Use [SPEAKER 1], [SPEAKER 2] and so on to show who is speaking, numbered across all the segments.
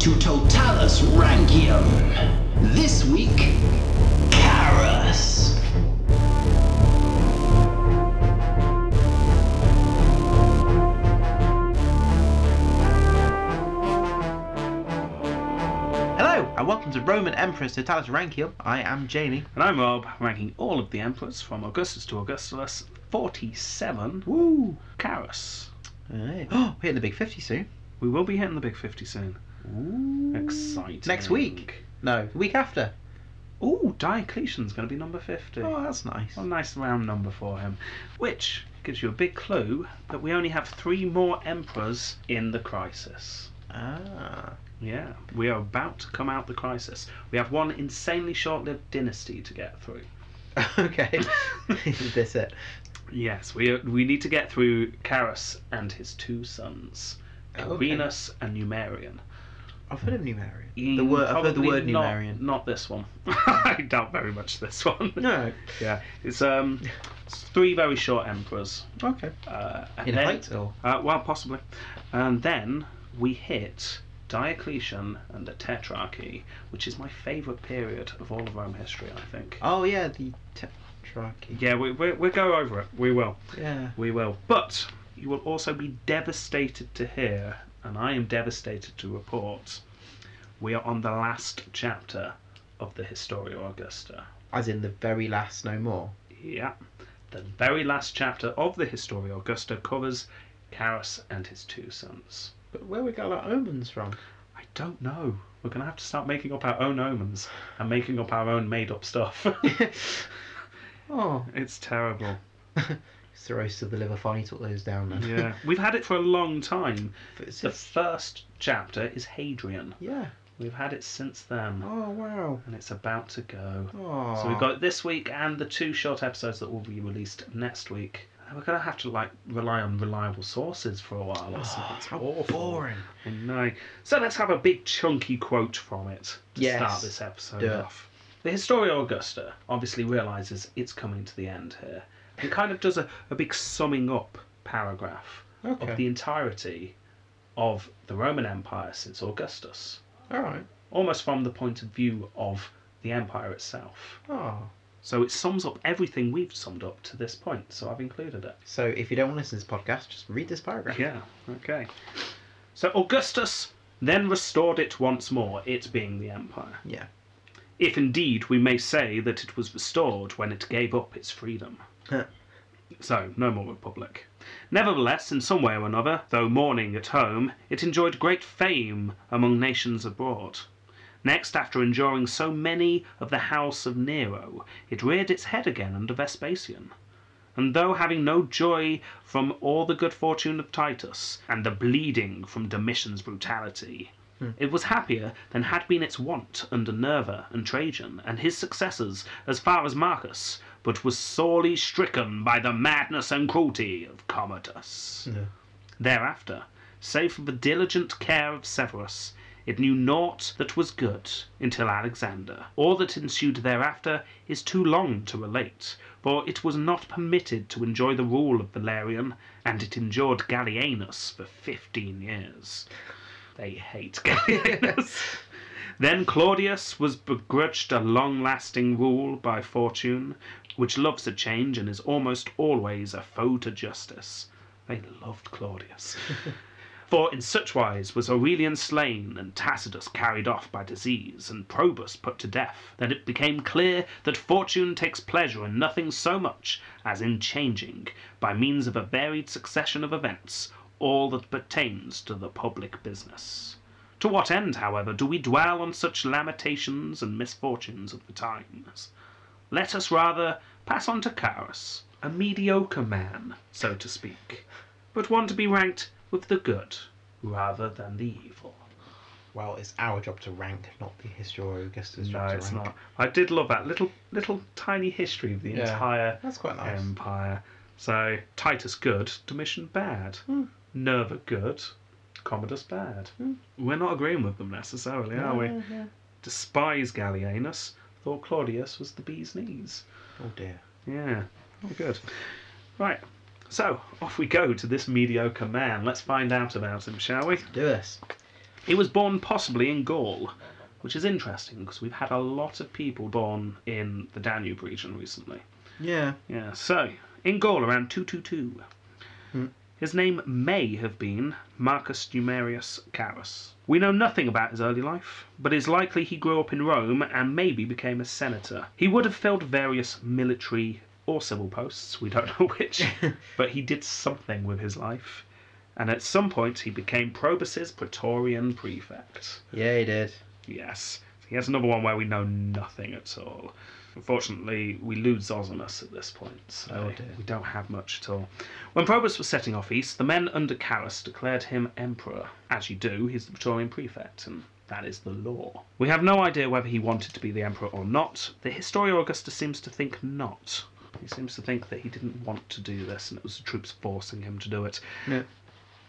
[SPEAKER 1] to Totalis Rankium. This week, Karas.
[SPEAKER 2] Hello, and welcome to Roman Emperor's Totalis Rankium. I am Jamie.
[SPEAKER 3] And I'm Rob, ranking all of the emperors from Augustus to Augustulus, 47
[SPEAKER 2] Woo!
[SPEAKER 3] Carus.
[SPEAKER 2] Alright. Oh, we're hitting the big 50 soon.
[SPEAKER 3] We will be hitting the big 50 soon.
[SPEAKER 2] Ooh.
[SPEAKER 3] Exciting.
[SPEAKER 2] Next week. No, the week after.
[SPEAKER 3] Ooh, Diocletian's going to be number 50.
[SPEAKER 2] Oh, that's nice.
[SPEAKER 3] What a nice round number for him. Which gives you a big clue that we only have three more emperors in the crisis.
[SPEAKER 2] Ah.
[SPEAKER 3] Yeah, we are about to come out the crisis. We have one insanely short lived dynasty to get through.
[SPEAKER 2] Okay. That's it.
[SPEAKER 3] Yes, we we need to get through Carus and his two sons,
[SPEAKER 2] Okay.
[SPEAKER 3] Quirinus and Numerian.
[SPEAKER 2] I've heard of Numerian. The word, I've heard the
[SPEAKER 3] Probably
[SPEAKER 2] word
[SPEAKER 3] not,
[SPEAKER 2] Numerian.
[SPEAKER 3] Not this one. I doubt very much this one.
[SPEAKER 2] No.
[SPEAKER 3] Yeah, it's um, it's three very short emperors.
[SPEAKER 2] Okay.
[SPEAKER 3] Uh, and
[SPEAKER 2] In
[SPEAKER 3] then-
[SPEAKER 2] height Oh. or?
[SPEAKER 3] Uh, well, possibly. And then we hit Diocletian and the Tetrarchy, which is my favourite period of all of Rome history, I think.
[SPEAKER 2] Oh, yeah, the tetrarchy.
[SPEAKER 3] Yeah, we, we, we'll go over it. We will.
[SPEAKER 2] Yeah.
[SPEAKER 3] We will. But you will also be devastated to hear, and I am devastated to report, we are on the last chapter of the Historia Augusta.
[SPEAKER 2] As in the very last, no more.
[SPEAKER 3] Yeah. The very last chapter of the Historia Augusta covers Carus and his two sons.
[SPEAKER 2] But where we got our omens from?
[SPEAKER 3] I don't know. We're going to have to start making up our own omens and making up our own made up stuff.
[SPEAKER 2] Oh,
[SPEAKER 3] it's terrible.
[SPEAKER 2] it's the roast of the liver fine. He took those down then.
[SPEAKER 3] Yeah. We've had it for a long time.
[SPEAKER 2] But it's
[SPEAKER 3] The
[SPEAKER 2] just-
[SPEAKER 3] first chapter is Hadrian.
[SPEAKER 2] yeah.
[SPEAKER 3] We've had it since then.
[SPEAKER 2] Oh wow.
[SPEAKER 3] and it's about to go.
[SPEAKER 2] Oh.
[SPEAKER 3] So we've got this week and the two short episodes that will be released next week. And We're gonna have to like rely on reliable sources for a while or something. It's
[SPEAKER 2] Oh, how
[SPEAKER 3] awful.
[SPEAKER 2] boring.
[SPEAKER 3] I know. Oh, So let's have a big chunky quote from it to
[SPEAKER 2] Yes.
[SPEAKER 3] start this episode
[SPEAKER 2] Do it.
[SPEAKER 3] off. The Historia Augusta obviously realizes it's coming to the end here, and kind of does a, a big summing up paragraph
[SPEAKER 2] Okay.
[SPEAKER 3] of the entirety of the Roman Empire since Augustus,
[SPEAKER 2] All right.
[SPEAKER 3] almost from the point of view of the empire itself.
[SPEAKER 2] Oh.
[SPEAKER 3] So it sums up everything we've summed up to this point, so I've included it.
[SPEAKER 2] So if you don't want to listen to this podcast, just read this paragraph.
[SPEAKER 3] Yeah, okay. So Augustus then restored it once more, it being the empire.
[SPEAKER 2] Yeah.
[SPEAKER 3] If indeed we may say that it was restored when it gave up its freedom.
[SPEAKER 2] Huh.
[SPEAKER 3] so, no more republic. Nevertheless, in some way or another, though mourning at home, it enjoyed great fame among nations abroad. Next, after enduring so many of the house of Nero, it reared its head again under Vespasian. And though having no joy from all the good fortune of Titus, and the bleeding from Domitian's brutality, it was happier than had been its wont under Nerva and Trajan and his successors as far as Marcus, but was sorely stricken by the madness and cruelty of Commodus.
[SPEAKER 2] Yeah.
[SPEAKER 3] Thereafter, save for the diligent care of Severus, it knew naught that was good until Alexander. All that ensued thereafter is too long to relate, for it was not permitted to enjoy the rule of Valerian, and it endured Gallienus for fifteen years. They hate Gallienus. Then Claudius was begrudged a long lasting rule by fortune, which loves a change and is almost always a foe to justice. They loved Claudius. For in such wise was Aurelian slain, and Tacitus carried off by disease, and Probus put to death, that it became clear that fortune takes pleasure in nothing so much as in changing, by means of a varied succession of events, all that pertains to the public business. To what end, however, do we dwell on such lamentations and misfortunes of the times? Let us rather pass on to Carus, a mediocre man, so to speak, but one to be ranked with the good rather than the evil.
[SPEAKER 2] Well, it's our job to rank, not the historian Augustus'
[SPEAKER 3] No,
[SPEAKER 2] job to
[SPEAKER 3] it's
[SPEAKER 2] rank.
[SPEAKER 3] not. I did love that little little tiny history of the
[SPEAKER 2] Yeah.
[SPEAKER 3] entire
[SPEAKER 2] That's quite nice.
[SPEAKER 3] empire. So Titus good, Domitian bad,
[SPEAKER 2] Hmm.
[SPEAKER 3] Nerva good, Commodus bad. We're not agreeing with them necessarily, are we?
[SPEAKER 2] Yeah, yeah.
[SPEAKER 3] Despise Gallienus. Thought Claudius was the bee's knees.
[SPEAKER 2] Oh dear.
[SPEAKER 3] Yeah. Oh, good. Right. So off we go to this mediocre man. Let's find out about him, shall we?
[SPEAKER 2] Do this.
[SPEAKER 3] It was born possibly in Gaul, which is interesting because we've had a lot of people born in the Danube region recently.
[SPEAKER 2] Yeah.
[SPEAKER 3] Yeah, so in Gaul around 222,
[SPEAKER 2] Hmm.
[SPEAKER 3] his name may have been Marcus Numerius Carus. We know nothing about his early life, but it's likely he grew up in Rome and maybe became a senator. He would have filled various military or civil posts, we don't know which, but he did something with his life. And at some point, he became Probus's Praetorian prefect.
[SPEAKER 2] Yeah, he did.
[SPEAKER 3] Yes. Here's another one where we know nothing at all. Unfortunately, we lose Zosimus at this point, so
[SPEAKER 2] Oh, dear.
[SPEAKER 3] we don't have much at all. When Probus was setting off east, the men under Carus declared him emperor. As you do, he's the Praetorian prefect, and that is the law. We have no idea whether he wanted to be the emperor or not. The historian Augustus seems to think not. He seems to think that he didn't want to do this, and it was the troops forcing him to do it.
[SPEAKER 2] Yeah.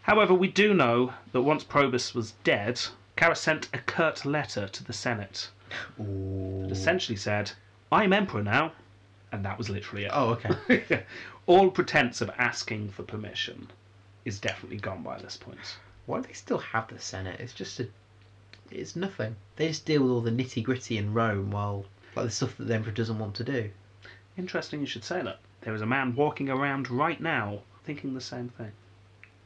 [SPEAKER 3] However, we do know that once Probus was dead, Carus sent a curt letter to the Senate that essentially said, I'm emperor now. And that was literally it.
[SPEAKER 2] Oh, okay.
[SPEAKER 3] All pretense of asking for permission is definitely gone by this point.
[SPEAKER 2] Why do they still have the Senate? It's just a. It's nothing. They just deal with all the nitty gritty in Rome while. Like the stuff that the Emperor doesn't want to do.
[SPEAKER 3] Interesting you should say that. There is a man walking around right now thinking the same thing.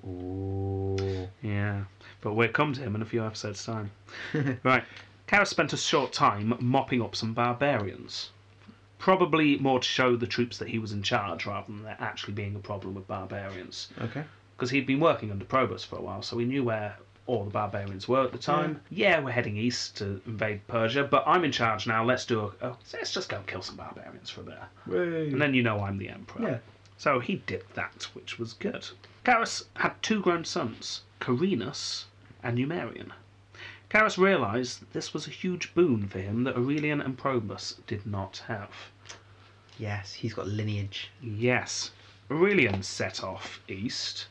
[SPEAKER 2] Ooh.
[SPEAKER 3] Yeah, but we'll come to him in a few episodes' time. right, Carus spent a short time mopping up some barbarians. Probably more to show the troops that he was in charge rather than there actually being a problem with barbarians.
[SPEAKER 2] Okay.
[SPEAKER 3] Because he'd been working under Probus for a while, so he knew where all the barbarians were at the time. Yeah, we're heading east to invade Persia, but I'm in charge now. Let's do a. a let's just go and kill some barbarians for a bit. And then you know I'm the emperor.
[SPEAKER 2] Hmm. Yeah.
[SPEAKER 3] So he did that, which was good. Carus had two grown sons, Carinus and Numerian. Carus realised that this was a huge boon for him that Aurelian and Probus did not have.
[SPEAKER 2] Yes, he's got lineage.
[SPEAKER 3] Yes, Aurelian set off east,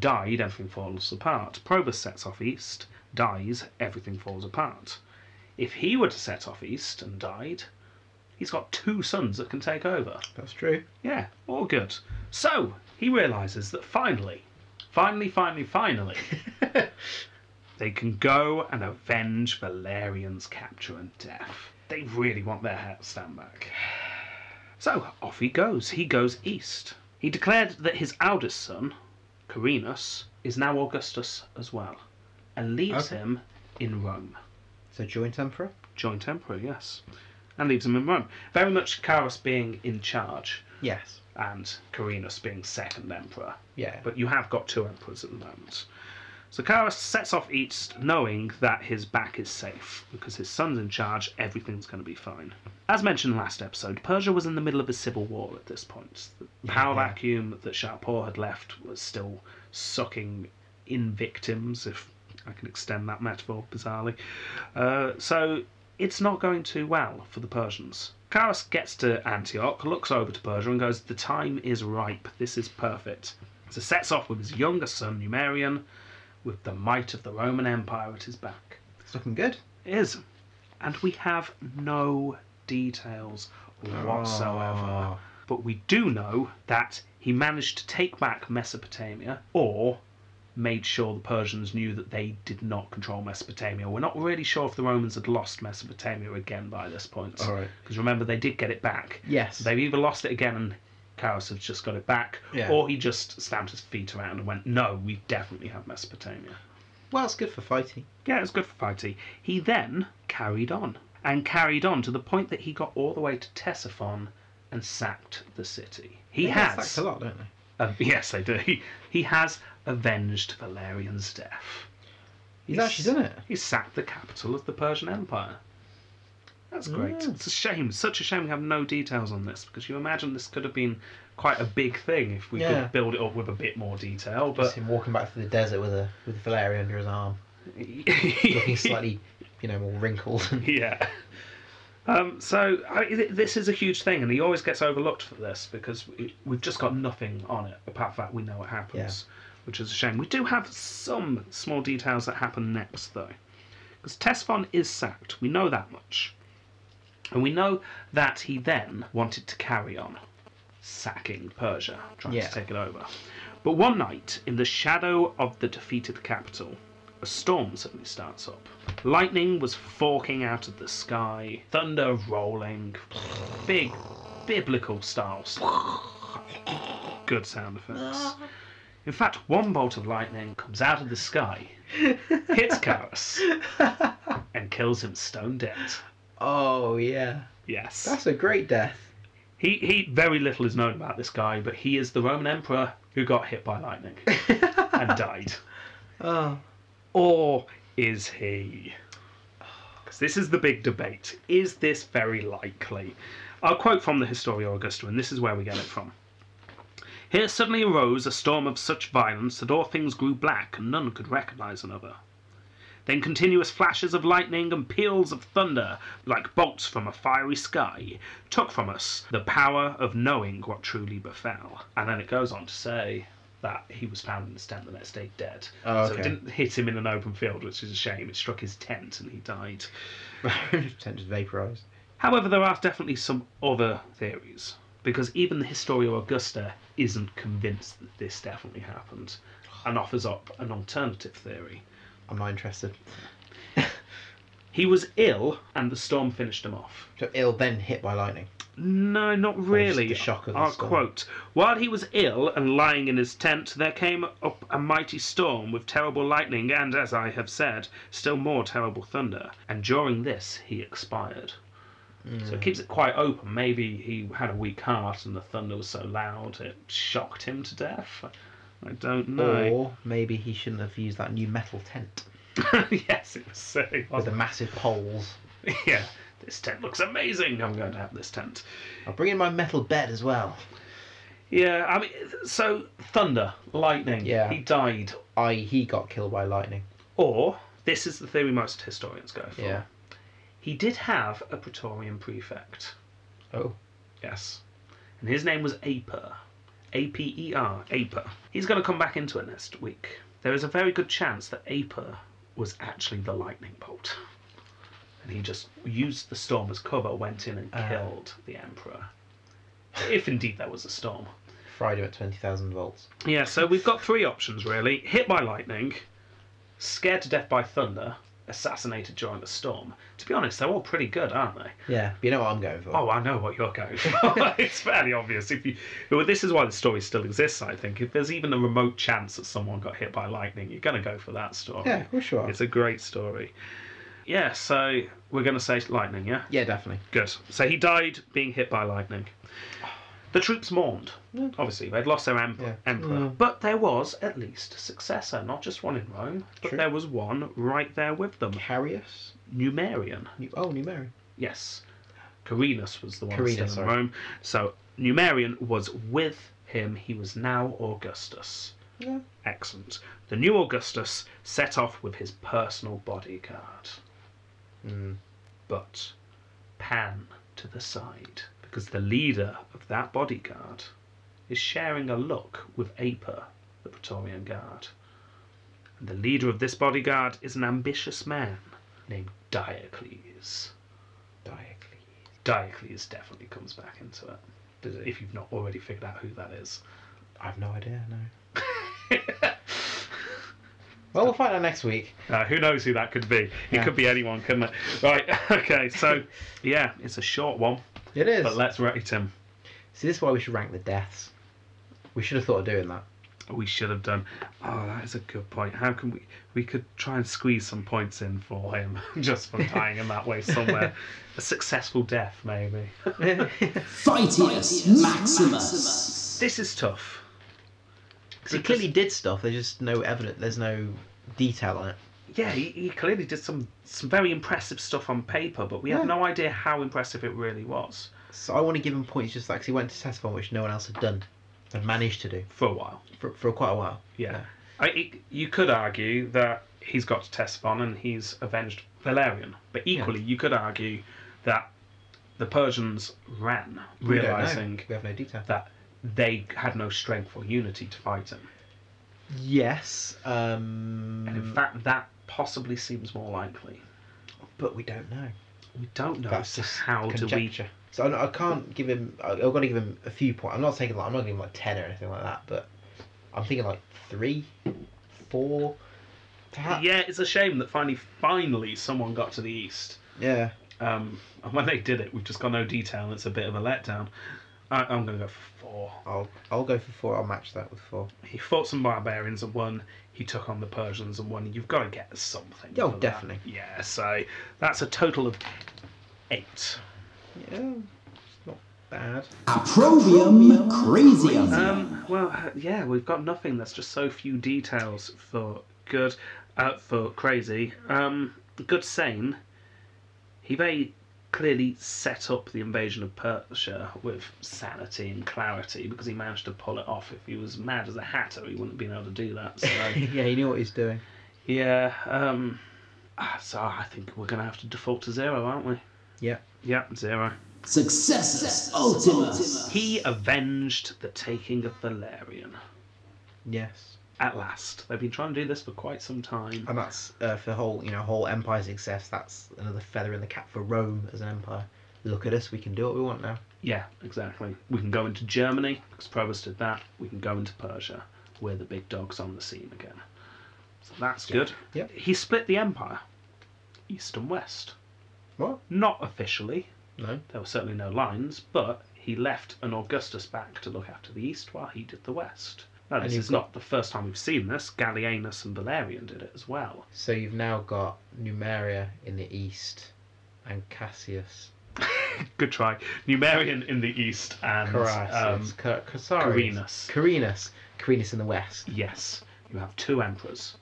[SPEAKER 3] died, everything falls apart. Probus sets off east, dies, everything falls apart. If he were to set off east and died, he's got two sons that can take over.
[SPEAKER 2] That's true.
[SPEAKER 3] Yeah, all good. So he realizes that finally, finally, finally, finally, they can go and avenge Valerian's capture and death. They really want their hat stand back. So off he goes. He goes east. He declared that his eldest son, Carinus, is now Augustus as well, and leaves
[SPEAKER 2] Okay.
[SPEAKER 3] him in Rome.
[SPEAKER 2] So joint Emperor?
[SPEAKER 3] Joint emperor, yes, and leaves him in Rome. Very much Carus being in charge
[SPEAKER 2] Yes.
[SPEAKER 3] and Carinus being second emperor.
[SPEAKER 2] Yeah.
[SPEAKER 3] But you have got two emperors at the moment. So Carus sets off east knowing that his back is safe because his son's in charge, everything's going to be fine. As mentioned last episode, Persia was in the middle of a civil war at this point. The power
[SPEAKER 2] Yeah.
[SPEAKER 3] vacuum that Shapur had left was still sucking in victims, if I can extend that metaphor bizarrely. Uh, so it's not going too well for the Persians. Carus gets to Antioch, looks over to Persia, and goes, The time is ripe. This is perfect. So sets off with his younger son, Numerian, with the might of the Roman Empire at his back.
[SPEAKER 2] it's looking good.
[SPEAKER 3] It is. And we have no details whatsoever.
[SPEAKER 2] Oh.
[SPEAKER 3] But we do know that he managed to take back Mesopotamia or made sure the Persians knew that they did not control Mesopotamia. We're not really sure if the Romans had lost Mesopotamia again by this point.
[SPEAKER 2] All right.
[SPEAKER 3] Because remember, they did get it back.
[SPEAKER 2] Yes.
[SPEAKER 3] They've either lost it again and Carus has just got it back,
[SPEAKER 2] Yeah.
[SPEAKER 3] or he just stamped his feet around and went, no, we definitely have Mesopotamia.
[SPEAKER 2] Well, it's good for fighting.
[SPEAKER 3] Yeah, it's good for fighting. He then carried on and carried on to the point that he got all the way to Ctesiphon and sacked the city. He
[SPEAKER 2] They
[SPEAKER 3] has,
[SPEAKER 2] sacked a lot, don't they?
[SPEAKER 3] uh, yes, they do. He, he has avenged Valerian's death.
[SPEAKER 2] He's actually done it.
[SPEAKER 3] He sacked the capital of the Persian Empire. That's great.
[SPEAKER 2] Yeah.
[SPEAKER 3] It's a shame. Such a shame we have no details on this because you imagine this could have been quite a big thing if we
[SPEAKER 2] Yeah.
[SPEAKER 3] could build it up with a bit more detail.
[SPEAKER 2] Just
[SPEAKER 3] But
[SPEAKER 2] him walking back through the desert with a with a Valerian under his arm, looking slightly, you know, more wrinkled.
[SPEAKER 3] yeah. Um, so I, th- this is a huge thing, and he always gets overlooked for this because we, we've just got nothing on it apart from that we know it happens, which is a shame. We do have some small details that happen next though, because Tesfon is sacked. We know that much, and we know that he then wanted to carry on sacking Persia, trying
[SPEAKER 2] Yeah.
[SPEAKER 3] to take it over. But one night, in the shadow of the defeated capital, A storm suddenly starts up. Lightning was forking out of the sky, thunder rolling, big biblical style. Good sound effects. In fact, one bolt of lightning comes out of the sky, hits Karras, and kills him stone dead.
[SPEAKER 2] Oh yeah,
[SPEAKER 3] Yes.
[SPEAKER 2] that's a great death.
[SPEAKER 3] He he very little is known about this guy, but he is the Roman emperor who got hit by lightning and died.
[SPEAKER 2] Oh,
[SPEAKER 3] Or is he? Because this is the big debate. Is this very likely? I'll quote from the Historia Augusta, and this is where we get it from. Here suddenly arose a storm of such violence that all things grew black, and none could recognize another. Then continuous flashes of lightning and peals of thunder, like bolts from a fiery sky, took from us the power of knowing what truly befell. And then it goes on to say that he was found in his tent the next day dead.
[SPEAKER 2] Oh,
[SPEAKER 3] So it
[SPEAKER 2] okay.
[SPEAKER 3] didn't hit him in an open field, which is a shame. It struck his tent and he died.
[SPEAKER 2] potentially vaporized.
[SPEAKER 3] However, there are definitely some other theories, because even the Historia Augusta isn't convinced that this definitely happened and offers up an alternative theory.
[SPEAKER 2] I'm not interested.
[SPEAKER 3] He was ill and the storm finished him off.
[SPEAKER 2] So ill, then hit by lightning.
[SPEAKER 3] No, not really.
[SPEAKER 2] the shock of the
[SPEAKER 3] I'll
[SPEAKER 2] storm.
[SPEAKER 3] quote. While he was ill and lying in his tent, there came up a mighty storm with terrible lightning and, as I have said, still more terrible thunder. And during this, he expired.
[SPEAKER 2] Hmm.
[SPEAKER 3] So it keeps it quite open. Maybe he had a weak heart and the thunder was so loud it shocked him to death. I don't know.
[SPEAKER 2] Or maybe he shouldn't have used that new metal tent
[SPEAKER 3] yes, it was silly.
[SPEAKER 2] with the
[SPEAKER 3] wasn't
[SPEAKER 2] massive poles.
[SPEAKER 3] it? Yeah, this tent looks amazing. I'm going to have this tent.
[SPEAKER 2] I'll bring in my metal bed as well.
[SPEAKER 3] Yeah, I mean, so thunder, lightning.
[SPEAKER 2] Yeah.
[SPEAKER 3] He died.
[SPEAKER 2] I E, he got killed by lightning.
[SPEAKER 3] Or, this is the theory most historians go for.
[SPEAKER 2] Yeah.
[SPEAKER 3] He did have a Praetorian prefect.
[SPEAKER 2] Oh.
[SPEAKER 3] Yes. And his name was Aper. A P E R. Aper. He's going to come back into it next week. There is a very good chance that Aper was actually the lightning bolt. And he just used the storm as cover, went in and
[SPEAKER 2] Ah.
[SPEAKER 3] killed the emperor. if indeed there was a storm.
[SPEAKER 2] Fried him at twenty thousand volts.
[SPEAKER 3] Yeah, so we've got three options really: hit by lightning, scared to death by thunder, assassinated during a storm. To be honest, they're all pretty good, aren't they?
[SPEAKER 2] Yeah. You know what I'm going for.
[SPEAKER 3] Oh, I know what you're going for. it's fairly obvious. If you, well, this is why the story still exists. I think if there's even a remote chance that someone got hit by lightning, you're going to go for that story.
[SPEAKER 2] Yeah, well sure.
[SPEAKER 3] it's a great story. Yeah, so we're going to say lightning. Yeah,
[SPEAKER 2] Yeah, definitely.
[SPEAKER 3] good. So he died being hit by lightning. The troops mourned.
[SPEAKER 2] Yeah.
[SPEAKER 3] Obviously, they'd lost their emp-
[SPEAKER 2] Yeah. Mm.
[SPEAKER 3] emperor.
[SPEAKER 2] Yeah.
[SPEAKER 3] But there was at least a successor, not just one in Rome, but
[SPEAKER 2] True.
[SPEAKER 3] there was one right there with them
[SPEAKER 2] Carius?
[SPEAKER 3] Numerian.
[SPEAKER 2] New, oh, Numerian.
[SPEAKER 3] Yes. Carinus was the one
[SPEAKER 2] Carinus,
[SPEAKER 3] still in
[SPEAKER 2] sorry.
[SPEAKER 3] Rome. So Numerian was with him. He was now Augustus.
[SPEAKER 2] Yeah.
[SPEAKER 3] Excellent. The new Augustus set off with his personal bodyguard.
[SPEAKER 2] Mm.
[SPEAKER 3] But pan to the side because the leader of that bodyguard is sharing a look with Aper, the Praetorian Guard. And the leader of this bodyguard is an ambitious man named Diocles.
[SPEAKER 2] Diocles.
[SPEAKER 3] Diocles definitely comes back into it.
[SPEAKER 2] Does it?
[SPEAKER 3] If you've not already figured out who that is.
[SPEAKER 2] I have no idea, no. well, we'll find out next week.
[SPEAKER 3] Uh, who knows who that could be? It
[SPEAKER 2] Yeah.
[SPEAKER 3] could be anyone, couldn't it? Right, okay, so yeah, it's a short one,
[SPEAKER 2] It is.
[SPEAKER 3] but let's rate him.
[SPEAKER 2] See, this is why we should rank the deaths. We should have thought of doing that.
[SPEAKER 3] We should have done. Oh, that is a good point. How can we? We could try and squeeze some points in for him just for dying in that way somewhere. a successful death, maybe.
[SPEAKER 1] Fightius Maximus.
[SPEAKER 3] This is tough.
[SPEAKER 2] he clearly did stuff. There's just no evidence. There's no detail on it.
[SPEAKER 3] yeah, he, he clearly did some some very impressive stuff on paper, but we have
[SPEAKER 2] Yeah.
[SPEAKER 3] no idea how impressive it really was
[SPEAKER 2] So I want to give him points just like 'cause he went to Cesphon, which no one else had done and managed to do
[SPEAKER 3] for a while.
[SPEAKER 2] for, for quite a while.
[SPEAKER 3] Yeah, I, it- you could argue that he's got to Tesphon and he's avenged Valerian, but equally you could argue that the Persians ran,
[SPEAKER 2] We don't know.
[SPEAKER 3] realizing
[SPEAKER 2] we have no detail.
[SPEAKER 3] that they had no strength or unity to fight him,
[SPEAKER 2] Yes, um,
[SPEAKER 3] and in fact that possibly seems more likely.
[SPEAKER 2] but we don't know.
[SPEAKER 3] We don't know
[SPEAKER 2] That's
[SPEAKER 3] so
[SPEAKER 2] just
[SPEAKER 3] how do we
[SPEAKER 2] conjecture. So I, I can't give him. I, I've got to give him a few points. I'm not taking like I'm not giving him like ten or anything like that. But I'm thinking like three, four. Perhaps.
[SPEAKER 3] Yeah, it's a shame that finally, finally, someone got to the east.
[SPEAKER 2] Yeah.
[SPEAKER 3] Um, and when they did it, we've just got no detail. and It's a bit of a letdown. I, I'm going to go for four.
[SPEAKER 2] I'll I'll go for four. I'll match that with four.
[SPEAKER 3] He fought some barbarians and won. He took on the Persians and won. You've got to get something.
[SPEAKER 2] Oh,
[SPEAKER 3] for that.
[SPEAKER 2] definitely.
[SPEAKER 3] Yeah, so that's a total of eight.
[SPEAKER 2] Yeah. It's not bad.
[SPEAKER 1] Approbium Crasium.
[SPEAKER 3] Um, well, yeah, we've got nothing. There's just so few details for good, uh, for crazy. Um, good sane. He very clearly set up the invasion of Persia with sanity and clarity because he managed to pull it off. If he was mad as a hatter, he wouldn't have been able to do that. So,
[SPEAKER 2] yeah, he knew what he's doing.
[SPEAKER 3] yeah. Um, ah, so I think we're going to have to default to zero, aren't we?
[SPEAKER 2] Yeah.
[SPEAKER 3] Yep, zero.
[SPEAKER 1] Successus Ultimus.
[SPEAKER 3] He avenged the taking of Valerian.
[SPEAKER 2] Yes.
[SPEAKER 3] At last. They've been trying to do this for quite some time.
[SPEAKER 2] And that's uh, for whole you know whole empire success. That's another feather in the cap for Rome as an empire. Look at us. We can do what we want now.
[SPEAKER 3] Yeah, exactly. We can go into Germany, because Probus did that. We can go into Persia. We're the big dogs on the scene again. So that's good.
[SPEAKER 2] Yeah.
[SPEAKER 3] He split the empire, east and west.
[SPEAKER 2] What?
[SPEAKER 3] Not officially,
[SPEAKER 2] No.
[SPEAKER 3] there were certainly no lines, but he left an Augustus back to look after the east while he did the west. Now,
[SPEAKER 2] And
[SPEAKER 3] this
[SPEAKER 2] you've
[SPEAKER 3] is not the first time we've seen this. Gallienus and Valerian did it as well.
[SPEAKER 2] So you've now got Numeria in the east, and Cassius,
[SPEAKER 3] Good try. Numerian in the east and um,
[SPEAKER 2] Carassus, Ca- Cassarius,
[SPEAKER 3] Carinus.
[SPEAKER 2] Carinus, Carinus in the west.
[SPEAKER 3] Yes, you have two emperors.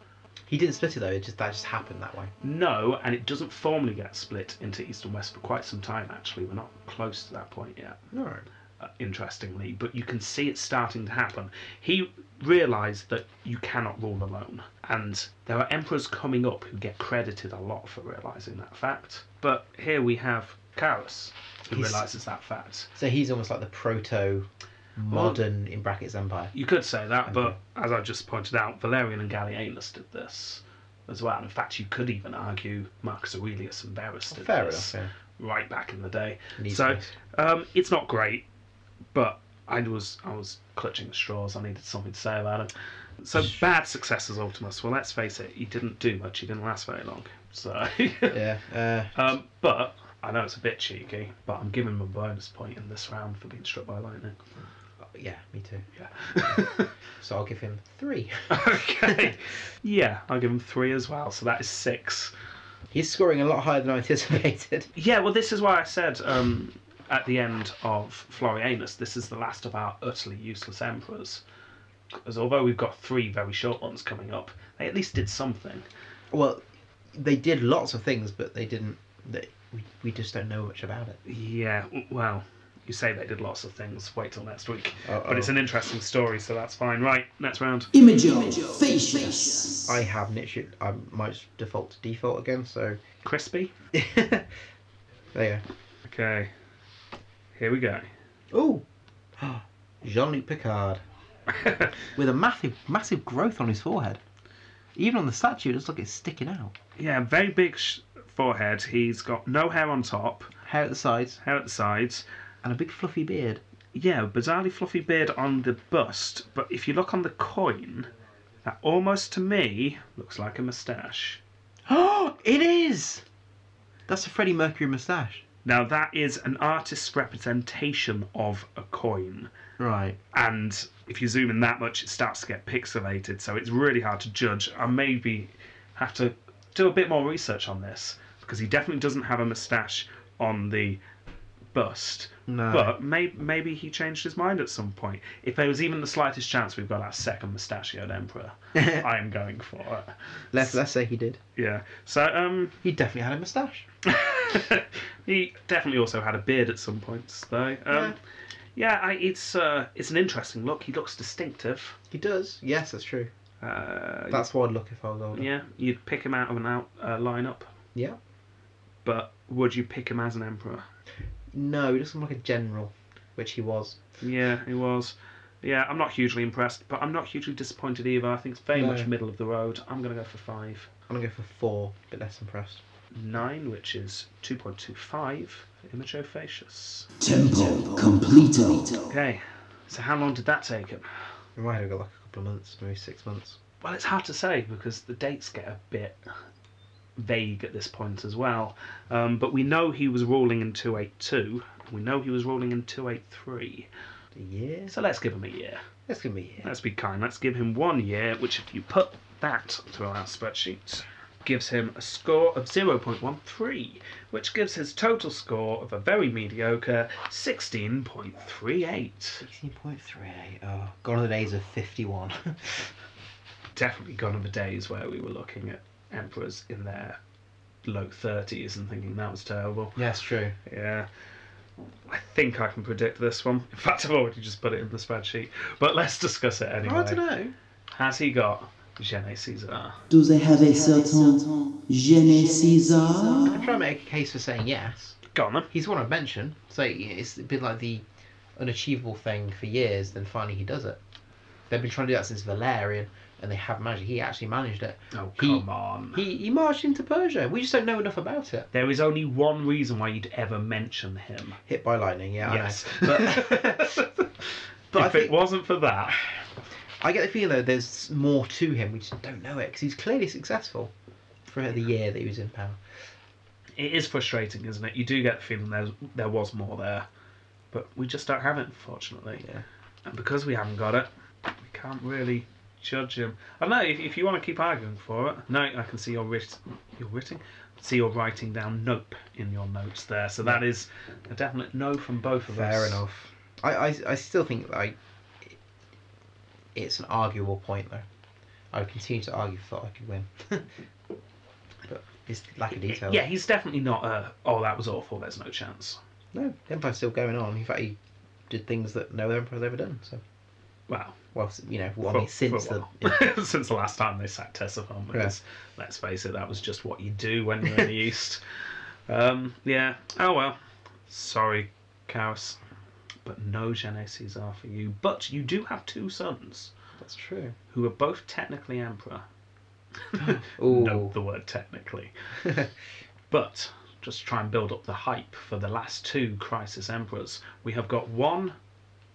[SPEAKER 2] He didn't split it though. It just that just happened that way.
[SPEAKER 3] No, and it doesn't formally get split into east and west for quite some time, actually. We're not close to that point yet,
[SPEAKER 2] No.
[SPEAKER 3] uh, interestingly, but you can see it starting to happen. He realised that you cannot rule alone, and there are emperors coming up who get credited a lot for realising that fact. But here we have Carus, who
[SPEAKER 2] He's-
[SPEAKER 3] realises that fact.
[SPEAKER 2] So he's almost like the proto modern in brackets empire.
[SPEAKER 3] You could say that, but
[SPEAKER 2] Okay.
[SPEAKER 3] as I just pointed out, Valerian and Gallienus did this as well. In fact, you could even argue Marcus Aurelius and Verus did
[SPEAKER 2] Oh, Fair
[SPEAKER 3] this
[SPEAKER 2] enough. Yeah.
[SPEAKER 3] right back in the day.
[SPEAKER 2] Needs
[SPEAKER 3] so
[SPEAKER 2] must.
[SPEAKER 3] um, it's not great, but I was I was clutching at straws. I needed something to say about it. So bad success as Ultimus. Well, let's face it, he didn't do much. He didn't last very long. So,
[SPEAKER 2] Yeah. Uh,
[SPEAKER 3] um, but I know it's a bit cheeky, but I'm giving him a bonus point in this round for being struck by lightning.
[SPEAKER 2] yeah. Me too.
[SPEAKER 3] Yeah.
[SPEAKER 2] So I'll give him three.
[SPEAKER 3] okay. yeah, I'll give him three as well. So that is six.
[SPEAKER 2] He's scoring a lot higher than I anticipated.
[SPEAKER 3] Yeah, well, this is why I said um, at the end of Florianus, this is the last of our utterly useless emperors. Because although we've got three very short ones coming up, they at least did something.
[SPEAKER 2] Well, they did lots of things, but they didn't. They, we, we just don't know much about it.
[SPEAKER 3] Yeah, w- well, you say they did lots of things. Wait till next week.
[SPEAKER 2] Uh-oh.
[SPEAKER 3] But it's an interesting story, so that's fine. Right, next round.
[SPEAKER 1] Imago Facius.
[SPEAKER 2] I have Nitschit. I might default to default again. So
[SPEAKER 3] Crispy.
[SPEAKER 2] there you
[SPEAKER 3] Okay, here we go.
[SPEAKER 2] go. Oh, Jean-Luc Picard with a massive, massive growth on his forehead. Even on the statue, it looks like it's sticking out.
[SPEAKER 3] yeah, very big sh- forehead. He's got no hair on top,
[SPEAKER 2] Hair at the sides
[SPEAKER 3] hair at the sides.
[SPEAKER 2] and a big fluffy beard.
[SPEAKER 3] Yeah, bizarrely fluffy beard on the bust, but if you look on the coin, that almost to me looks like a moustache.
[SPEAKER 2] Oh, it is. That's a Freddie Mercury moustache.
[SPEAKER 3] Now, that is an artist's representation of a coin,
[SPEAKER 2] Right.
[SPEAKER 3] and if you zoom in that much, it starts to get pixelated, so it's really hard to judge. I maybe have to do a bit more research on this, because he definitely doesn't have a moustache on the bust,
[SPEAKER 2] No.
[SPEAKER 3] But may- maybe he changed his mind at some point. If there was even the slightest chance we've got our second mustachioed emperor, I am going for it.
[SPEAKER 2] let's let's say he did.
[SPEAKER 3] Yeah. So um,
[SPEAKER 2] He definitely had a moustache.
[SPEAKER 3] he definitely also had a beard at some points, though. Um, yeah. I, it's uh, it's an interesting look. He looks distinctive.
[SPEAKER 2] He does. Yes, that's true.
[SPEAKER 3] Uh,
[SPEAKER 2] That's what I'd look if I was older.
[SPEAKER 3] yeah. You'd pick him out of an out uh, lineup,
[SPEAKER 2] Yeah.
[SPEAKER 3] but would you pick him as an emperor?
[SPEAKER 2] No, he doesn't look like a general, which he was.
[SPEAKER 3] Yeah, he was. Yeah, I'm not hugely impressed, but I'm not hugely disappointed either. I think it's very
[SPEAKER 2] No.
[SPEAKER 3] much middle of the road. I'm gonna go for five.
[SPEAKER 2] I'm gonna go for four, but less impressed.
[SPEAKER 3] 9, which is 2.25 imago facius.
[SPEAKER 1] Tempo Completo.
[SPEAKER 3] Okay, so how long did that take him?
[SPEAKER 2] It might have got like a couple of months, maybe six months.
[SPEAKER 3] Well, it's hard to say because the dates get a bit vague at this point as well. Um, but we know he was ruling in 282. We know he was ruling in 283.
[SPEAKER 2] A year?
[SPEAKER 3] So let's give him a year.
[SPEAKER 2] That's going to be a year.
[SPEAKER 3] Let's be kind. Let's give him one year, which, if you put that through our spreadsheet, gives him a score of 0.13, which gives his total score of a very mediocre 16.38.
[SPEAKER 2] 16.38. Oh, gone are the days of 51.
[SPEAKER 3] Definitely gone are the days where we were looking at emperors in their low 30s and thinking that was terrible.
[SPEAKER 2] Yes, true.
[SPEAKER 3] Yeah. I think I can predict this one. In fact, I've already just put it in the spreadsheet. But let's discuss it anyway.
[SPEAKER 2] I Ah. don't know.
[SPEAKER 3] Has he got Gene Caesar?
[SPEAKER 1] Do they have a certain Gene Caesar?
[SPEAKER 2] I'm trying to make a case for saying yes.
[SPEAKER 3] Go on then.
[SPEAKER 2] He's one I've mentioned, so it's been like the unachievable thing for years, then finally he does it. They've been trying to do that since Valerian, and they have managed it. He actually managed it.
[SPEAKER 3] Oh,
[SPEAKER 2] He-
[SPEAKER 3] come on.
[SPEAKER 2] He, he marched into Persia. We just don't know enough about it.
[SPEAKER 3] There is only one reason why you'd ever mention him.
[SPEAKER 2] Hit by lightning, yeah,
[SPEAKER 3] yes.
[SPEAKER 2] I know.
[SPEAKER 3] But,
[SPEAKER 2] I
[SPEAKER 3] if
[SPEAKER 2] think-
[SPEAKER 3] it wasn't for that,
[SPEAKER 2] I get the feeling though there's more to him. We just don't know it because he's clearly successful for the year that he was in power.
[SPEAKER 3] it is frustrating, isn't it? You do get the feeling there, there was more there. But we just don't have it, unfortunately.
[SPEAKER 2] Yeah.
[SPEAKER 3] And because we haven't got it, we can't really judge him. I don't know, if, if you want to keep arguing for it. No, I can see your writ- your writing. See you're writing down nope in your notes there. So that is a definite no from both of us.
[SPEAKER 2] Fair enough. I, I, I still think like it- it's an arguable point though. I would continue to argue for I could win, but it's lack of detail.
[SPEAKER 3] Yeah, he's definitely not a, oh, that was awful, there's no chance.
[SPEAKER 2] No, the empire's still going on. In fact, he did things that no other empire's ever done. So,
[SPEAKER 3] Well,
[SPEAKER 2] well, s- you know, well, I
[SPEAKER 3] for-
[SPEAKER 2] mean, since
[SPEAKER 3] for a
[SPEAKER 2] the
[SPEAKER 3] while. since the last time they sacked Tessafon, because let's face it, that was just what you do when you're in the East. Um, yeah. Oh well. Sorry, Karis, but no Gene Caesar for you. But you do have two sons
[SPEAKER 2] that's true.
[SPEAKER 3] who are both technically emperor.
[SPEAKER 2] Ooh,
[SPEAKER 3] Note the word technically. but just to try and build up the hype for the last two crisis emperors, we have got one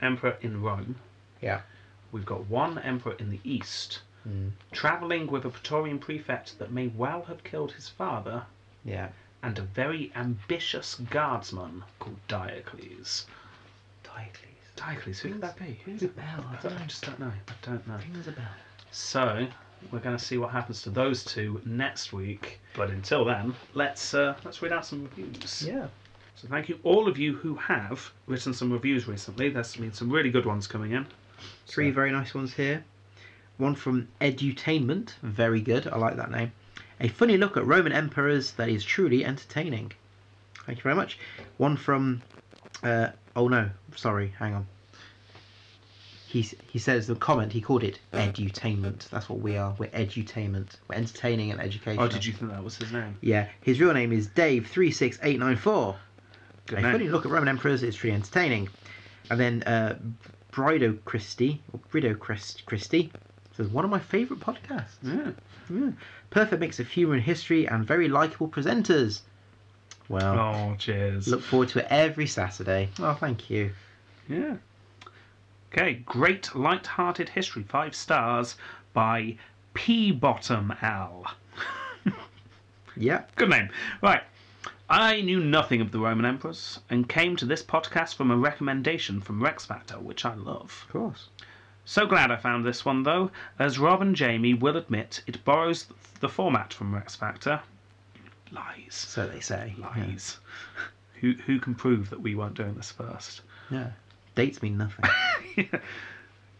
[SPEAKER 3] emperor in Rome.
[SPEAKER 2] yeah.
[SPEAKER 3] We've got one emperor in the east,
[SPEAKER 2] Mm.
[SPEAKER 3] travelling with a Praetorian prefect that may well have killed his father,
[SPEAKER 2] Yeah.
[SPEAKER 3] and a very ambitious guardsman called Diocles.
[SPEAKER 2] Diocles.
[SPEAKER 3] Diocles, who could that be?
[SPEAKER 2] Rings a bell.
[SPEAKER 3] I,
[SPEAKER 2] I
[SPEAKER 3] don't,
[SPEAKER 2] don't
[SPEAKER 3] I
[SPEAKER 2] know.
[SPEAKER 3] just don't know. I don't know.
[SPEAKER 2] Rings a bell.
[SPEAKER 3] So we're going to see what happens to those two next week. But until then, let's uh, let's read out some reviews.
[SPEAKER 2] Yeah.
[SPEAKER 3] So thank you all of you who have written some reviews recently. There's been some really good ones coming in.
[SPEAKER 2] Three very nice ones here. One from Edutainment, very good. I like that name. A funny look at Roman emperors that is truly entertaining. Thank you very much. One from, uh, oh no, sorry, hang on. He s- he says the comment he called it edutainment. That's what we are. We're edutainment. We're entertaining and educational.
[SPEAKER 3] Oh, did you think that was his name?
[SPEAKER 2] Yeah, his real name is Dave three six eight nine four.
[SPEAKER 3] Good
[SPEAKER 2] A
[SPEAKER 3] name.
[SPEAKER 2] funny look at Roman emperors is pretty entertaining. And then uh, Brido Christie, or Brido Christ, Christie, says, one of my favourite podcasts.
[SPEAKER 3] Yeah.
[SPEAKER 2] Yeah. Perfect mix of humour and history and very likeable presenters. Well,
[SPEAKER 3] Oh, cheers.
[SPEAKER 2] look forward to it every Saturday. Oh, thank you.
[SPEAKER 3] Yeah. Okay, Great Light-Hearted History, five stars by P Bottom L.
[SPEAKER 2] Yeah,
[SPEAKER 3] Good name. Right. I knew nothing of the Roman emperors and came to this podcast from a recommendation from Rex Factor, which I love.
[SPEAKER 2] of course.
[SPEAKER 3] So glad I found this one though, as Rob and Jamie will admit it borrows th- the format from Rex Factor. Lies.
[SPEAKER 2] So they say.
[SPEAKER 3] Lies. Who who can prove that we weren't doing this first?
[SPEAKER 2] Yeah. Yeah. Dates mean nothing.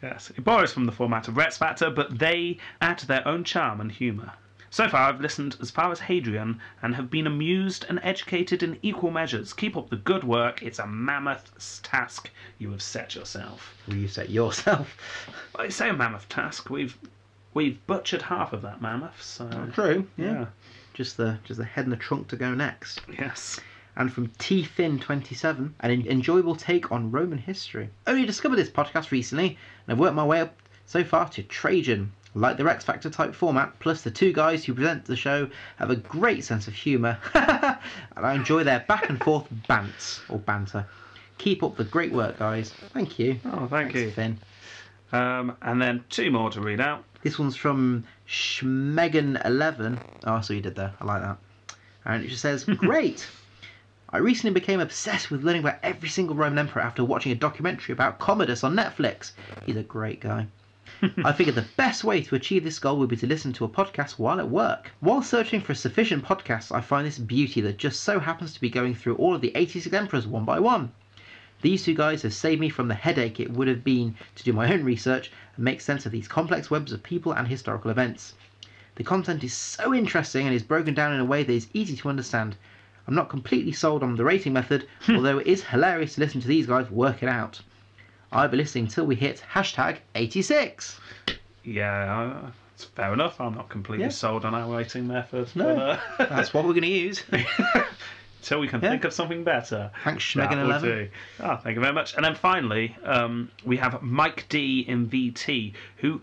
[SPEAKER 3] Yes, it borrows from the format of Rex Factor, but they add their own charm and humour. So far, I've listened as far as Hadrian and have been amused and educated in equal measures. Keep up the good work, it's a mammoth s- task you have set yourself.
[SPEAKER 2] Will you set yourself?
[SPEAKER 3] I say a mammoth task, we've we've butchered half of that mammoth, so.
[SPEAKER 2] True.
[SPEAKER 3] Yeah,
[SPEAKER 2] Just the just the head and the trunk to go next.
[SPEAKER 3] yes.
[SPEAKER 2] and from T Fin 27, an en- enjoyable take on Roman history. Only discovered this podcast recently, and I've worked my way up so far to Trajan. Like the Rex Factor type format, plus the two guys who present the show have a great sense of humour, and I enjoy their back and forth bants or banter. Keep up the great work, guys. Thank you.
[SPEAKER 3] Oh, thank
[SPEAKER 2] Thanks,
[SPEAKER 3] you.
[SPEAKER 2] Finn.
[SPEAKER 3] Um, and then two more to read out.
[SPEAKER 2] This one's from Schmegan11. Oh, so you did there. I like that. And it just says, Great! I recently became obsessed with learning about every single Roman emperor after watching a documentary about Commodus on Netflix. He's a great guy. I figured the best way to achieve this goal would be to listen to a podcast while at work. While searching for sufficient podcasts, I find this beauty that just so happens to be going through all of the 86 emperors one by one. These two guys have saved me from the headache it would have been to do my own research and make sense of these complex webs of people and historical events. The content is so interesting and is broken down in a way that is easy to understand. I'm not completely sold on the rating method, although it is hilarious to listen to these guys work it out. I'll be listening till we hit hashtag 86.
[SPEAKER 3] Yeah, uh, it's fair enough. I'm not completely
[SPEAKER 2] Yeah.
[SPEAKER 3] sold on our rating method.
[SPEAKER 2] No,
[SPEAKER 3] but, uh,
[SPEAKER 2] That's what we're going to use.
[SPEAKER 3] until we can
[SPEAKER 2] Yeah.
[SPEAKER 3] think of something better.
[SPEAKER 2] Thanks,
[SPEAKER 3] That will
[SPEAKER 2] Schmegan11.
[SPEAKER 3] do. Ah, thank you very much. And then finally, um, we have Mike D in VT, who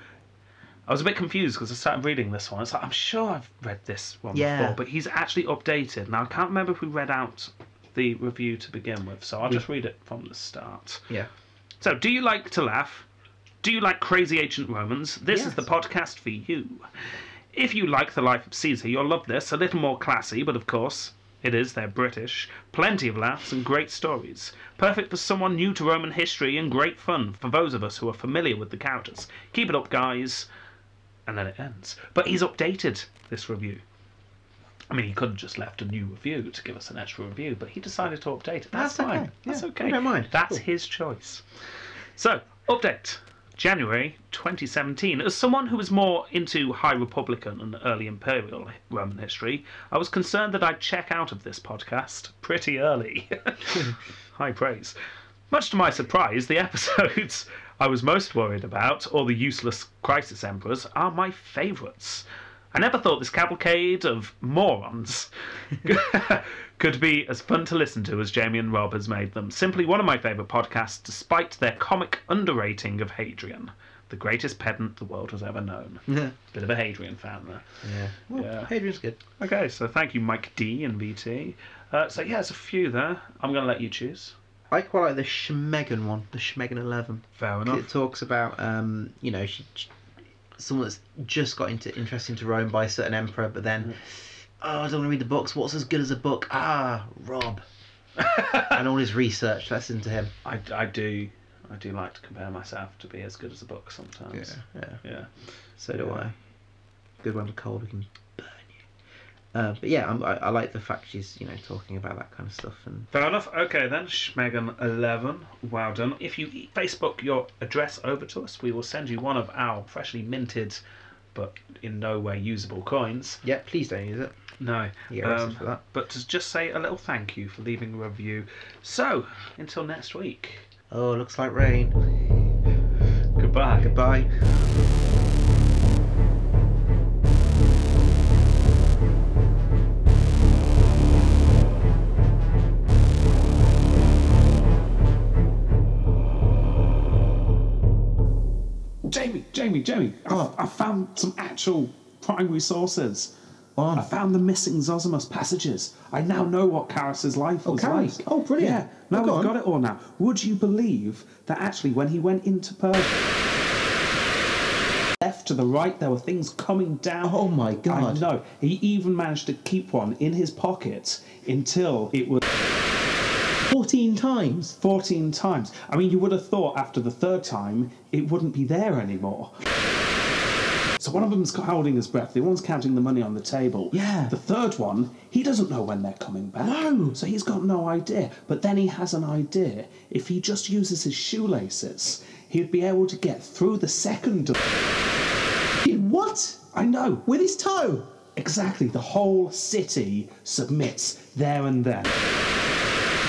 [SPEAKER 3] I was a bit confused because I started reading this one. It's like I'm sure I've read this one
[SPEAKER 2] Yeah.
[SPEAKER 3] before, but he's actually updated. Now I can't remember if we read out the review to begin with, so I'll just read it from the start.
[SPEAKER 2] Yeah.
[SPEAKER 3] So, do you like to laugh? Do you like crazy ancient Romans? This is
[SPEAKER 2] Yes.
[SPEAKER 3] the podcast for you. If you like the life of Caesar, you'll love this. A little more classy, but of course, it is, they're British. Plenty of laughs and great stories. Perfect for someone new to Roman history and great fun for those of us who are familiar with the characters. Keep it up, guys. And then it ends. But he's updated this review. I mean, he could have just left a new review to give us an extra review, but he decided to update it. That's,
[SPEAKER 2] That's okay.
[SPEAKER 3] fine. That's
[SPEAKER 2] Yeah,
[SPEAKER 3] okay.
[SPEAKER 2] I don't mind. Cool.
[SPEAKER 3] That's his choice. So, update January 2017. As someone who is more into High Republican and early Imperial Roman history, I was concerned that I'd check out of this podcast pretty early. High praise. Much to my surprise, the episodes I was most worried about, or the useless crisis emperors, are my favourites. I never thought this cavalcade of morons could be as fun to listen to as Jamie and Rob has made them. Simply one of my favourite podcasts, despite their comic underrating of Hadrian, the greatest pedant the world has ever known.
[SPEAKER 2] Yeah.
[SPEAKER 3] Bit of a Hadrian fan there.
[SPEAKER 2] Yeah. Well,
[SPEAKER 3] Yeah.
[SPEAKER 2] Hadrian's good.
[SPEAKER 3] Okay, so thank you, Mike D and VT. Uh, so, yeah, there's a few there. I'm going to let you choose.
[SPEAKER 2] I quite like the Schmegan one, the Schmegan 11.
[SPEAKER 3] Fair
[SPEAKER 2] It talks about, um, you know, she, she- someone that's just got into interest into Rome by a certain emperor, but then, oh, I don't want to read the books. What's as good as a book? Ah, Rob. and all his research. Listen to him.
[SPEAKER 3] I, I do I do like to compare myself to be as good as a book sometimes.
[SPEAKER 2] yeah.
[SPEAKER 3] Yeah.
[SPEAKER 2] So do
[SPEAKER 3] Yeah.
[SPEAKER 2] I. Good one, cold. We can burn you. Uh, but yeah, I'm, I, I like the fact she's, you know, talking about that kind of stuff and
[SPEAKER 3] Fair enough. Okay then, Schmegan eleven. Well done. If you Facebook your address over to us, we will send you one of our freshly minted but in no way usable coins.
[SPEAKER 2] yeah, please don't use it.
[SPEAKER 3] No.
[SPEAKER 2] You get arrested
[SPEAKER 3] Um,
[SPEAKER 2] for that.
[SPEAKER 3] But to just say a little thank you for leaving a review. So, until next week.
[SPEAKER 2] Oh, looks like rain.
[SPEAKER 3] Goodbye.
[SPEAKER 2] Goodbye.
[SPEAKER 4] Jamie, Jamie, Jamie,
[SPEAKER 1] Oh.
[SPEAKER 4] I, I found some actual primary sources. I
[SPEAKER 1] On.
[SPEAKER 4] found the missing Zosimus passages. I now know what Carus's life was
[SPEAKER 1] Carus.
[SPEAKER 4] like.
[SPEAKER 1] Oh,
[SPEAKER 4] Yeah,
[SPEAKER 1] brilliant.
[SPEAKER 4] now
[SPEAKER 1] Oh, go
[SPEAKER 4] we've
[SPEAKER 1] on.
[SPEAKER 4] got it all now. Would you believe that actually when he went into Persia, left to the right, there were things coming down.
[SPEAKER 1] Oh my God.
[SPEAKER 4] I know. He even managed to keep one in his pocket until it was
[SPEAKER 1] 14 times.
[SPEAKER 4] 14 times. I mean, you would have thought after the third time it wouldn't be there anymore. So one of them's holding his breath, the other one's counting the money on the table.
[SPEAKER 1] Yeah.
[SPEAKER 4] The third one, he doesn't know when they're coming back.
[SPEAKER 1] No.
[SPEAKER 4] So he's got no idea. But then he has an idea. If he just uses his shoelaces, he'd be able to get through the second.
[SPEAKER 1] What?
[SPEAKER 4] I know.
[SPEAKER 1] With his toe?
[SPEAKER 4] Exactly. The whole city submits there and then.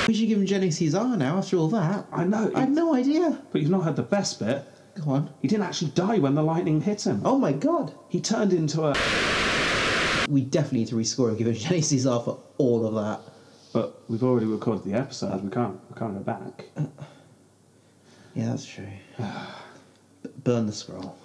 [SPEAKER 1] We should give him Jenny Caesar now after all that.
[SPEAKER 4] I know.
[SPEAKER 1] I had no idea.
[SPEAKER 4] But you've not heard the best bit.
[SPEAKER 1] Go on.
[SPEAKER 4] He didn't actually die when the lightning hit him.
[SPEAKER 1] Oh my god.
[SPEAKER 4] He turned into a.
[SPEAKER 1] We definitely need to rescore and give him Jenny Caesar for all of that.
[SPEAKER 4] But we've already recorded the episode. We can't. We can't go back.
[SPEAKER 1] Yeah, that's true. B- Burn the scroll.